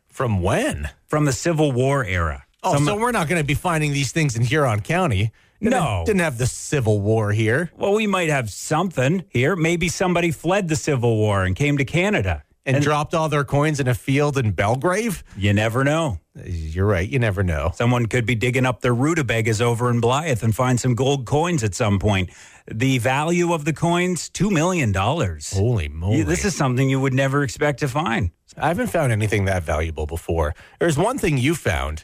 Speaker 2: From when?
Speaker 3: from the Civil War era.
Speaker 2: Oh,
Speaker 3: Some-
Speaker 2: so we're not going to be finding these things in Huron County. Didn't
Speaker 3: No.
Speaker 2: have- didn't have the Civil War here.
Speaker 3: well, we might have something here. Maybe somebody fled the Civil War and came to Canada.
Speaker 2: And, dropped all their coins in a field in Belgrave?
Speaker 3: You never know.
Speaker 2: You're right. You never know.
Speaker 3: Someone could be digging up their rutabagas over in Blythe and find some gold coins at some point. The value of the coins, $2 million.
Speaker 2: Holy moly.
Speaker 3: You- This is something you would never expect to find.
Speaker 2: I haven't found anything that valuable before. There's one thing you found.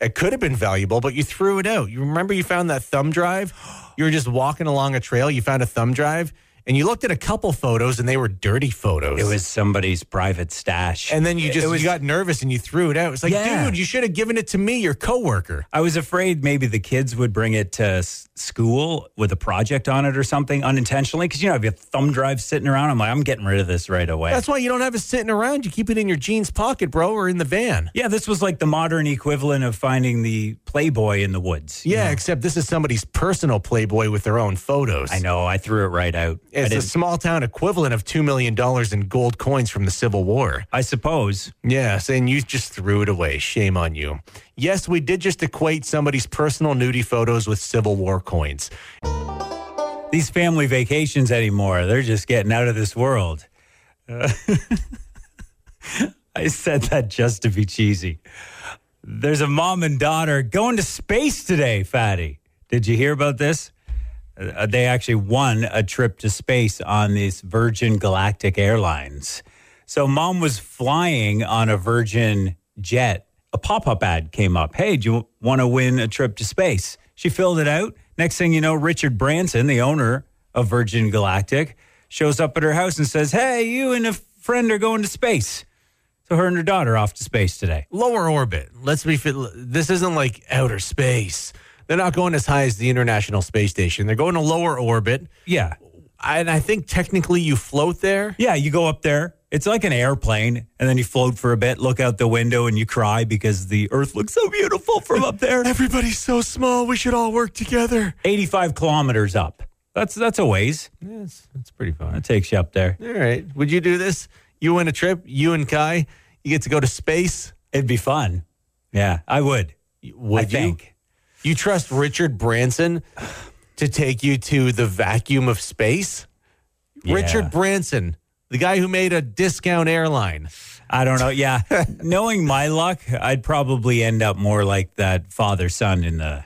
Speaker 2: It could have been valuable, but you threw it out. You remember you found that thumb drive? You were just walking along a trail, you found a thumb drive, and you looked at a couple photos and they were dirty photos.
Speaker 3: It was somebody's private stash.
Speaker 2: and then you just
Speaker 3: It was-
Speaker 2: you got nervous and you threw it out. It's like,
Speaker 3: Yeah.
Speaker 2: dude, you should have given it to me, your coworker.
Speaker 3: I was afraid maybe the kids would bring it to s- school with a project on it or something unintentionally. Because, you know, if you have a thumb drive sitting around, I'm like, I'm getting rid of this right away.
Speaker 2: That's why you don't have it sitting around. You keep it in your jeans pocket, bro, or in the van.
Speaker 3: yeah, this was like the modern equivalent of finding the Playboy in the woods.
Speaker 2: Yeah, except this is somebody's personal Playboy with their own photos.
Speaker 3: I know. I threw it right out. I
Speaker 2: It's a
Speaker 3: didn't-
Speaker 2: small town equivalent of $2 million in gold coins from the Civil War.
Speaker 3: I suppose.
Speaker 2: Yes, and you just threw it away. Shame on you. Yes, we did just equate somebody's personal nudie photos with Civil War coins.
Speaker 3: these family vacations anymore. They're just getting out of this world. Uh, I said that just to be cheesy. There's a mom and daughter going to space today, Fatty. Did you hear about this? Uh, they actually won a trip to space on this Virgin Galactic Airlines. So, mom was flying on a Virgin jet. A pop up ad came up. Hey, do you want to win a trip to space? She filled it out. Next thing you know, Richard Branson, the owner of Virgin Galactic, shows up at her house and says, Hey, you and a friend are going to space. So, her and her daughter are off to space today.
Speaker 2: Lower orbit. Let's be fit. This isn't like outer space. They're not going as high as the International Space Station. They're going to lower orbit.
Speaker 3: Yeah.
Speaker 2: And I think technically you float there.
Speaker 3: Yeah, you go up there. It's like an airplane, and then you float for a bit, look out the window, and you cry because the Earth looks so beautiful from up there.
Speaker 2: Everybody's so small. We should all work together.
Speaker 3: 85 kilometers up. That's that's a ways.
Speaker 2: Yes, that's pretty fun.
Speaker 3: That takes you up there.
Speaker 2: All right. Would you do this? You win a trip, you and Kai, you get to go to space.
Speaker 3: It'd be fun. Yeah, I would.
Speaker 2: Would
Speaker 3: I
Speaker 2: you?
Speaker 3: think.
Speaker 2: You trust Richard Branson to take you to the vacuum of space?
Speaker 3: Yeah.
Speaker 2: Richard Branson, the guy who made a discount airline.
Speaker 3: I don't know. Yeah. Knowing my luck, I'd probably end up more like that father son in the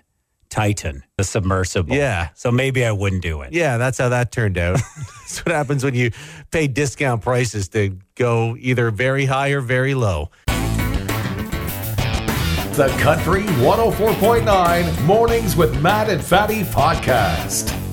Speaker 3: Titan, the submersible.
Speaker 2: Yeah.
Speaker 3: So maybe I wouldn't do it.
Speaker 2: Yeah, that's how that turned out. that's what happens when you pay discount prices to go either very high or very low.
Speaker 1: oh The Country 104.9 Mornings with Matt and Fatty podcast.